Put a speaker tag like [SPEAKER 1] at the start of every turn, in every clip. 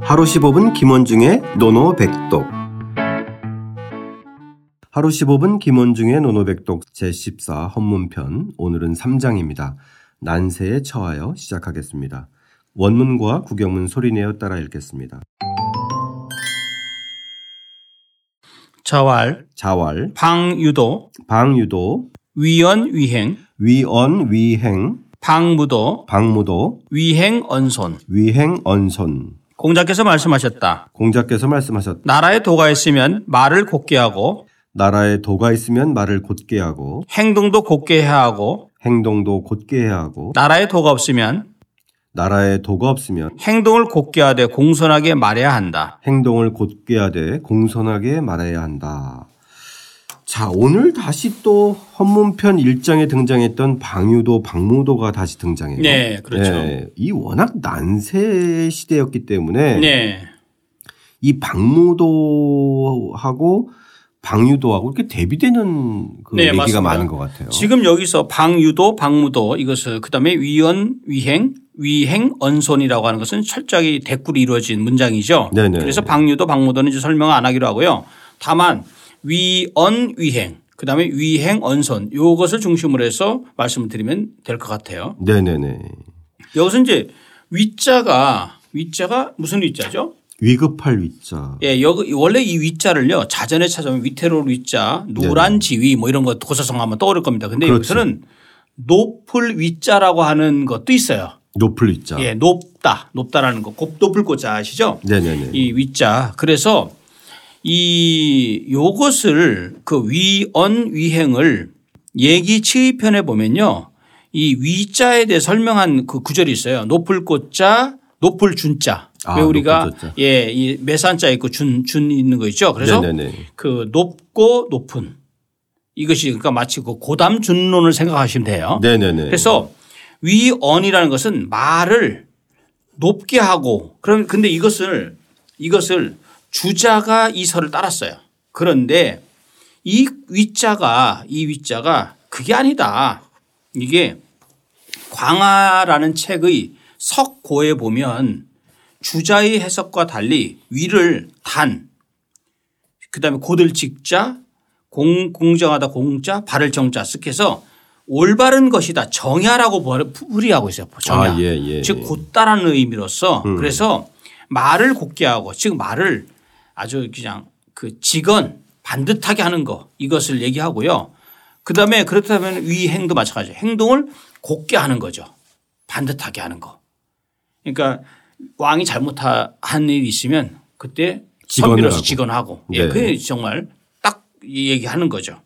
[SPEAKER 1] 하루 15분 김원중의 노노백독 하루 15분 김원중의 노노백독 제14 헌문편 오늘은 3장입니다. 난세에 처하여 시작하겠습니다. 원문과 구경문 소리내어 따라 읽겠습니다.
[SPEAKER 2] 자활,
[SPEAKER 1] 자왈,
[SPEAKER 2] 방유도,
[SPEAKER 1] 방유도,
[SPEAKER 2] 위언위행,
[SPEAKER 1] 위언위행,
[SPEAKER 2] 방무도,
[SPEAKER 1] 방무도,
[SPEAKER 2] 위행언손.
[SPEAKER 1] 위행언손.
[SPEAKER 2] 공자께서 말씀하셨다.
[SPEAKER 1] 공자께서 말씀하셨다.
[SPEAKER 2] 나라에 도가 있으면 말을 곱게 하고
[SPEAKER 1] 나라에 도가 있으면 말을 곧게 하고
[SPEAKER 2] 행동도 곱게 해야 하고
[SPEAKER 1] 행동도 곧게 해야 하고
[SPEAKER 2] 나라에 도가 없으면
[SPEAKER 1] 나라에 도가 없으면
[SPEAKER 2] 행동을 곱게 하되 공손하게 말해야 한다.
[SPEAKER 1] 행동을 곧게 하되 공손하게 말해야 한다. 자, 오늘 다시 또 헌문편 1장에 등장했던 방유도, 박무도가 다시 등장해요.
[SPEAKER 2] 네, 그렇죠.
[SPEAKER 1] 네, 이 워낙 난세 시대였기 때문에
[SPEAKER 2] 네.
[SPEAKER 1] 이 박무도하고 방유도하고 이렇게 대비되는 그
[SPEAKER 2] 네,
[SPEAKER 1] 얘기가
[SPEAKER 2] 맞습니다.
[SPEAKER 1] 많은 것 같아요.
[SPEAKER 2] 지금 여기서 방유도, 방무도 이것을 그다음에 위언, 위행, 위행, 언손이라고 하는 것은 철저하게 대꾸로 이루어진 문장이죠.
[SPEAKER 1] 네네.
[SPEAKER 2] 그래서 방유도, 방무도는 이제 설명을 안 하기로 하고요. 다만 위언, 위행, 그다음에 위행, 언손 이것을 중심으로 해서 말씀을 드리면 될 것 같아요.
[SPEAKER 1] 네네네.
[SPEAKER 2] 여기서 이제 위자가 위자가 무슨 위자죠?
[SPEAKER 1] 위급할 위자.
[SPEAKER 2] 예, 여기 원래 이 위자를요 자전에 찾아보면 위태로울 위자, 노란 지위 뭐 이런 거 도서성 하면 떠오를 겁니다. 근데
[SPEAKER 1] 그렇죠.
[SPEAKER 2] 여기서는 높을 위자라고 하는 것도 있어요.
[SPEAKER 1] 높을 위자.
[SPEAKER 2] 예, 높다, 높다라는 거, 곱- 높을 고자 아시죠?
[SPEAKER 1] 네네네.
[SPEAKER 2] 이 위자. 그래서 이 요것을 그 위언 위행을 얘기 치의편에 보면요. 이 위자에 대해 설명한 그 구절이 있어요. 높을 꽃자, 높을 준자.
[SPEAKER 1] 아,
[SPEAKER 2] 왜 우리가
[SPEAKER 1] 높을 곶자.
[SPEAKER 2] 예, 이 매산자 있고 준, 준 있는 거 있죠. 그래서
[SPEAKER 1] 네네네.
[SPEAKER 2] 그 높고 높은 이것이 그러니까 마치 그 고담 준론을 생각하시면 돼요.
[SPEAKER 1] 네네네.
[SPEAKER 2] 그래서 위언이라는 것은 말을 높게 하고 그럼 근데 이것을 이것을 주자가 이 설을 따랐어요. 그런데 이 위자가 이 위자가 그게 아니다. 이게 광하라는 책의 석고에 보면 주자의 해석과 달리 위를 단 그다음에 고들 직자 공 공정하다 공자 발을 정자 쓱해서 올바른 것이다 정야라고 번- 풀이하고 있어요. 정야.
[SPEAKER 1] 아, 예, 음. 예.
[SPEAKER 2] 즉 곧다라는 의미로서 그래서 말을 곱게 하고 즉 말을 아주 그냥 그 직언 반듯하게 하는 거 이것을 얘기하고요. 그다음에 그렇다면 위행도 마찬가지예요. 행동을 곱게 하는 거죠. 반듯하게 하는 거. 그러니까 왕이 잘못한 일이 있으면 그때
[SPEAKER 1] 직언을
[SPEAKER 2] 선비로서
[SPEAKER 1] 하고.
[SPEAKER 2] 직언하고 예,
[SPEAKER 1] 네.
[SPEAKER 2] 그게 정말 딱 얘기하는 거죠.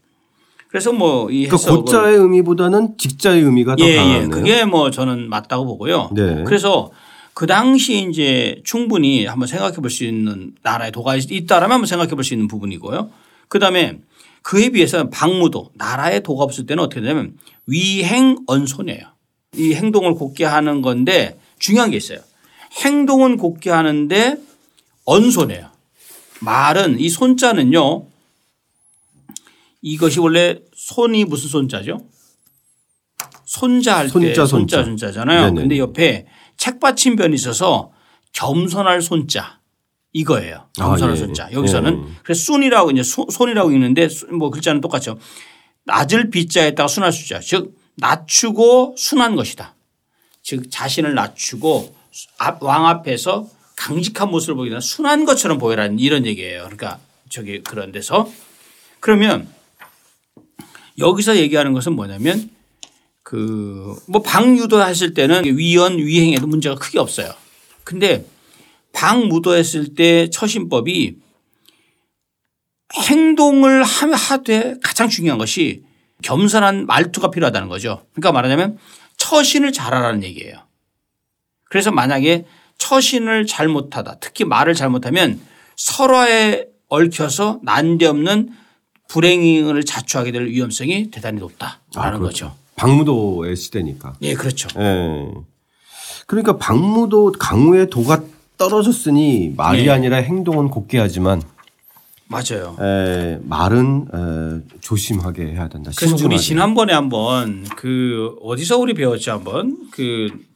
[SPEAKER 2] 그래서 뭐 이
[SPEAKER 1] 그러니까
[SPEAKER 2] 해석을
[SPEAKER 1] 곧자의 의미보다는 직자의 의미가 더
[SPEAKER 2] 예,
[SPEAKER 1] 강하네요.
[SPEAKER 2] 예. 그게 뭐 저는 맞다고 보고요.
[SPEAKER 1] 네.
[SPEAKER 2] 그래서 그 당시 이제 충분히 한번 생각해 볼 수 있는 나라의 도가 있다라면 한번 생각해 볼 수 있는 부분이고요. 그 다음에 그에 비해서 박무도 나라의 도가 없을 때는 어떻게 되냐면 위행언손이에요. 이 행동을 곱게 하는 건데 중요한 게 있어요. 행동은 곱게 하는데 언손이에요. 말은 이 손자는요. 이것이 원래 손이 무슨 손자죠? 손자 할 때
[SPEAKER 1] 손자,
[SPEAKER 2] 손자,
[SPEAKER 1] 손자.
[SPEAKER 2] 손자 손자잖아요.
[SPEAKER 1] 네네.
[SPEAKER 2] 근데 옆에 책받침변이 있어서 겸손할 손자 이거예요.
[SPEAKER 1] 아,
[SPEAKER 2] 겸손할
[SPEAKER 1] 예.
[SPEAKER 2] 손자. 여기서는 그래서 순이라고 이제 소- 손이라고 읽는데 순- 뭐 글자는 똑같죠. 낮을 비자에다가 순할 수자. 즉 낮추고 순한 것이다. 즉 자신을 낮추고 앞- 왕 앞에서 강직한 모습을 보이나 순한 것처럼 보이라는 이런 얘기예요. 그러니까 저기 그런 데서 그러면 여기서 얘기하는 것은 뭐냐면 그 뭐 방유도 했을 때는 위헌 위행에도 문제가 크게 없어요. 근데 방무도 했을 때 처신법이 행동을 하- 하되 가장 중요한 것이 겸손한 말투가 필요하다는 거죠. 그러니까 말하자면 처신을 잘하라는 얘기예요. 그래서 만약에 처신을 잘못하다 특히 말을 잘못하면 설화에 얽혀서 난데없는 불행을 자초하게 될 위험성이 대단히 높다라는 거죠.
[SPEAKER 1] 박무도의 시대니까.
[SPEAKER 2] 예, 그렇죠.
[SPEAKER 1] 예. 그러니까 박무도 강우의 도가 떨어졌으니 말이
[SPEAKER 2] 예.
[SPEAKER 1] 아니라 행동은 곱게 하지만
[SPEAKER 2] 맞아요.
[SPEAKER 1] 에, 말은 에, 조심하게 해야
[SPEAKER 2] 그
[SPEAKER 1] 된다.
[SPEAKER 2] 그래서 우리
[SPEAKER 1] 신중하게.
[SPEAKER 2] 지난번에 한번 그 어디서 우리 배웠지 한번 그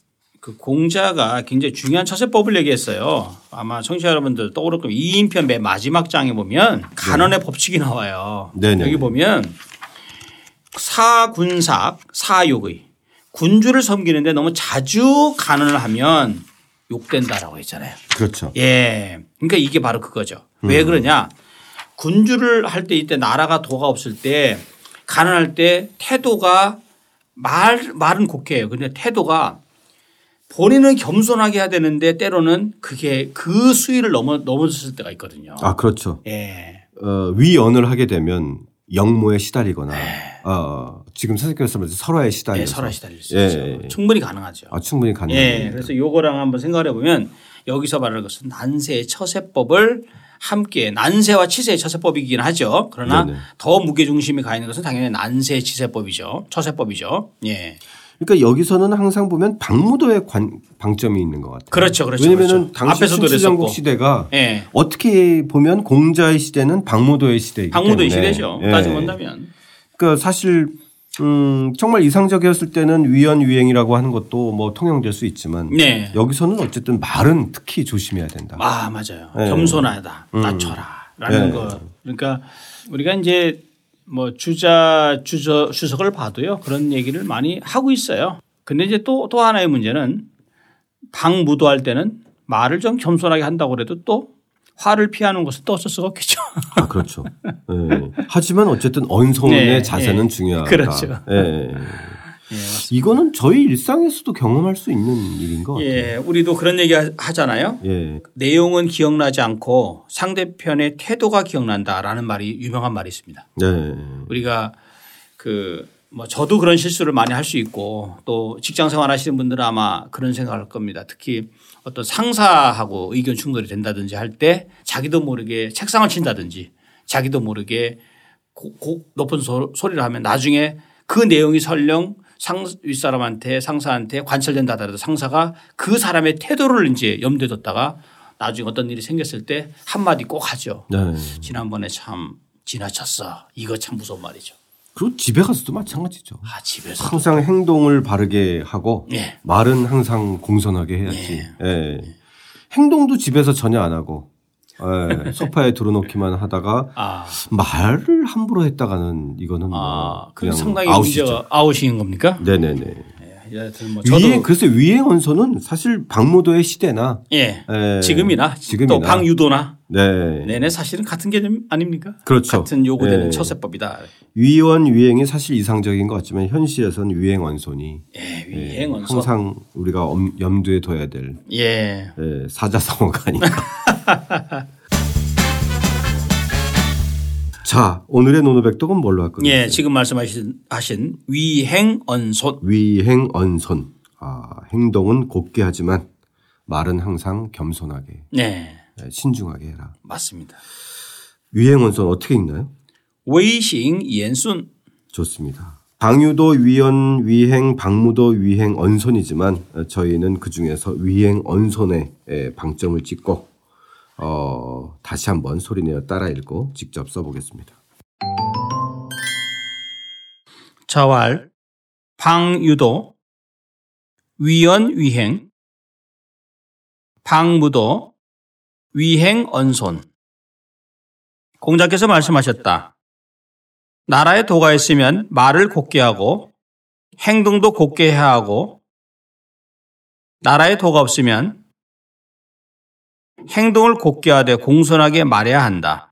[SPEAKER 2] 그 공자가 굉장히 중요한 처세법을 얘기했어요. 아마 청취자 여러분들 떠오를 겁니다. 2인편 맨 마지막 장에 보면 간언의 법칙이 나와요.
[SPEAKER 1] 네. 네네.
[SPEAKER 2] 여기 보면 사군삭 사욕의 군주를 섬기는데 너무 자주 간언을 하면 욕된다라고 했잖아요.
[SPEAKER 1] 그렇죠.
[SPEAKER 2] 예. 그러니까 이게 바로 그거죠.
[SPEAKER 1] 음.
[SPEAKER 2] 왜 그러냐. 군주를 할 때 이때 나라가 도가 없을 때 가난할 때 태도가 말, 말은 곡해요. 근데 태도가 본인은 겸손하게 해야 되는데 때로는 그게 그 수위를 넘어, 넘어졌을 때가 있거든요.
[SPEAKER 1] 아 그렇죠.
[SPEAKER 2] 예.
[SPEAKER 1] 어, 위언을 하게 되면 영모에 시달리거나 어, 지금 선생님께서 말씀 서로에 시달려.
[SPEAKER 2] 예, 설화 시달릴 수
[SPEAKER 1] 예,
[SPEAKER 2] 있죠.
[SPEAKER 1] 예, 예.
[SPEAKER 2] 충분히 가능하죠.
[SPEAKER 1] 아 충분히 가능.
[SPEAKER 2] 예.
[SPEAKER 1] 예.
[SPEAKER 2] 그래서 요거랑 한번 생각을 해보면 여기서 말하는 것은 난세의 처세법을 함께 난세와 치세의 처세법이긴 하죠. 그러나
[SPEAKER 1] 네네.
[SPEAKER 2] 더 무게중심이 가 있는 것은 당연히 난세 치세법이죠. 처세법이죠. 예.
[SPEAKER 1] 그러니까 여기서는 항상 보면 박무도의 관, 방점이 있는 것 같아요.
[SPEAKER 2] 그렇죠, 그렇죠,
[SPEAKER 1] 왜냐하면
[SPEAKER 2] 그렇죠.
[SPEAKER 1] 당시
[SPEAKER 2] 앞에서도
[SPEAKER 1] 신치전국
[SPEAKER 2] 그랬었고.
[SPEAKER 1] 시대가
[SPEAKER 2] 예.
[SPEAKER 1] 어떻게 보면 공자의 시대는 박무도의 시대이기
[SPEAKER 2] 방무도의
[SPEAKER 1] 때문에.
[SPEAKER 2] 시대죠.
[SPEAKER 1] 예.
[SPEAKER 2] 따지고 본다면.
[SPEAKER 1] 그러니까 사실 음, 정말 이상적이었을 때는 위헌 유행이라고 하는 것도 뭐 통용될 수 있지만
[SPEAKER 2] 네.
[SPEAKER 1] 여기서는 어쨌든 말은 특히 조심해야 된다.
[SPEAKER 2] 아, 맞아요.
[SPEAKER 1] 예.
[SPEAKER 2] 겸손하다. 낮춰라. 라는
[SPEAKER 1] 예.
[SPEAKER 2] 거. 그러니까 우리가 이제 뭐 주자 주저, 주석을 봐도요. 그런 얘기를 많이 하고 있어요. 근데 이제 또 또 하나의 문제는 당 무도할 때는 말을 좀 겸손하게 한다고 해도 또 화를 피하는 것은 또 어쩔 수가 없겠죠.
[SPEAKER 1] 아, 그렇죠. 예. 하지만 어쨌든 언성의
[SPEAKER 2] 네,
[SPEAKER 1] 자세는
[SPEAKER 2] 예.
[SPEAKER 1] 중요하다.
[SPEAKER 2] 그렇죠.
[SPEAKER 1] 예. 이거는 저희 일상에서도 경험할 수 있는 일인 것 같아요.
[SPEAKER 2] 예, 우리도 그런 얘기 하- 하잖아요.
[SPEAKER 1] 예.
[SPEAKER 2] 내용은 기억나지 않고 상대편의 태도가 기억난다라는 말이 유명한 말이 있습니다.
[SPEAKER 1] 네.
[SPEAKER 2] 음. 우리가 그 뭐 저도 그런 실수를 많이 할 수 있고 또 직장 생활 하시는 분들은 아마 그런 생각할 겁니다. 특히 어떤 상사하고 의견 충돌이 된다든지 할 때 자기도 모르게 책상을 친다든지 자기도 모르게 고, 고 높은 소, 소리를 하면 나중에 그 내용이 설령 상 윗사람한테 상사한테 관철된다 하더라도 상사가 그 사람의 태도를 이제 염두에 뒀다가 나중에 어떤 일이 생겼을 때 한마디 꼭 하죠.
[SPEAKER 1] 네.
[SPEAKER 2] 지난번에 참 지나쳤어. 이거 참 무서운 말이죠.
[SPEAKER 1] 그리고 집에 가서도 마찬가지죠.
[SPEAKER 2] 아 집에서
[SPEAKER 1] 항상 행동을 바르게 하고
[SPEAKER 2] 예.
[SPEAKER 1] 말은 항상 공손하게 해야지. 예. 행동도 집에서 전혀 안 하고 예. 소파에 들어놓기만 하다가
[SPEAKER 2] 아,
[SPEAKER 1] 말을 함부로 했다가는 이거는 뭐
[SPEAKER 2] 아, 그
[SPEAKER 1] 그냥
[SPEAKER 2] 상당히
[SPEAKER 1] 아웃이죠.
[SPEAKER 2] 문제가 아웃인 겁니까?
[SPEAKER 1] 네네네.
[SPEAKER 2] 예, 여하튼 뭐
[SPEAKER 1] 위에
[SPEAKER 2] 저도
[SPEAKER 1] 그래서 위의 언서는 사실 박무도의 시대나
[SPEAKER 2] 예,
[SPEAKER 1] 예.
[SPEAKER 2] 지금이나,
[SPEAKER 1] 지금이나.
[SPEAKER 2] 또 방유도나
[SPEAKER 1] 네.
[SPEAKER 2] 내내 사실은 같은 개념 아닙니까?
[SPEAKER 1] 그렇죠.
[SPEAKER 2] 같은 요구되는
[SPEAKER 1] 예.
[SPEAKER 2] 처세법이다.
[SPEAKER 1] 위원 위행이 사실 이상적인 것 같지만 현실에선 위행 언손이
[SPEAKER 2] 예,
[SPEAKER 1] 예,
[SPEAKER 2] 위행원서.
[SPEAKER 1] 항상 우리가 엄- 염두에 둬야 될
[SPEAKER 2] 예.
[SPEAKER 1] 예, 사자성어가 아닌가. 자, 오늘의 노노백독은 뭘로 할 건가요?
[SPEAKER 2] 예, 지금 말씀하신 하신 위행언손.
[SPEAKER 1] 위행 언손. 아, 행동은 곱게 하지만 말은 항상 겸손하게
[SPEAKER 2] 네,
[SPEAKER 1] 예, 신중하게 해라.
[SPEAKER 2] 맞습니다.
[SPEAKER 1] 위행 언손 어떻게 읽나요?
[SPEAKER 2] 웨이싱 옌순.
[SPEAKER 1] 좋습니다. 방유도 위원 위행 박무도 위행 언손이지만 어, 저희는 그 중에서 위행 언손에 예, 방점을 찍고 어, 다시 한번 소리내어 따라 읽고 직접 써보겠습니다.
[SPEAKER 2] 자왈 방유도 위연 위행 방무도 위행 언손 공자께서 말씀하셨다. 나라에 도가 있으면 말을 곱게 하고 행동도 곱게 해야 하고 나라에 도가 없으면 행동을 곱게 하되 공손하게 말해야 한다.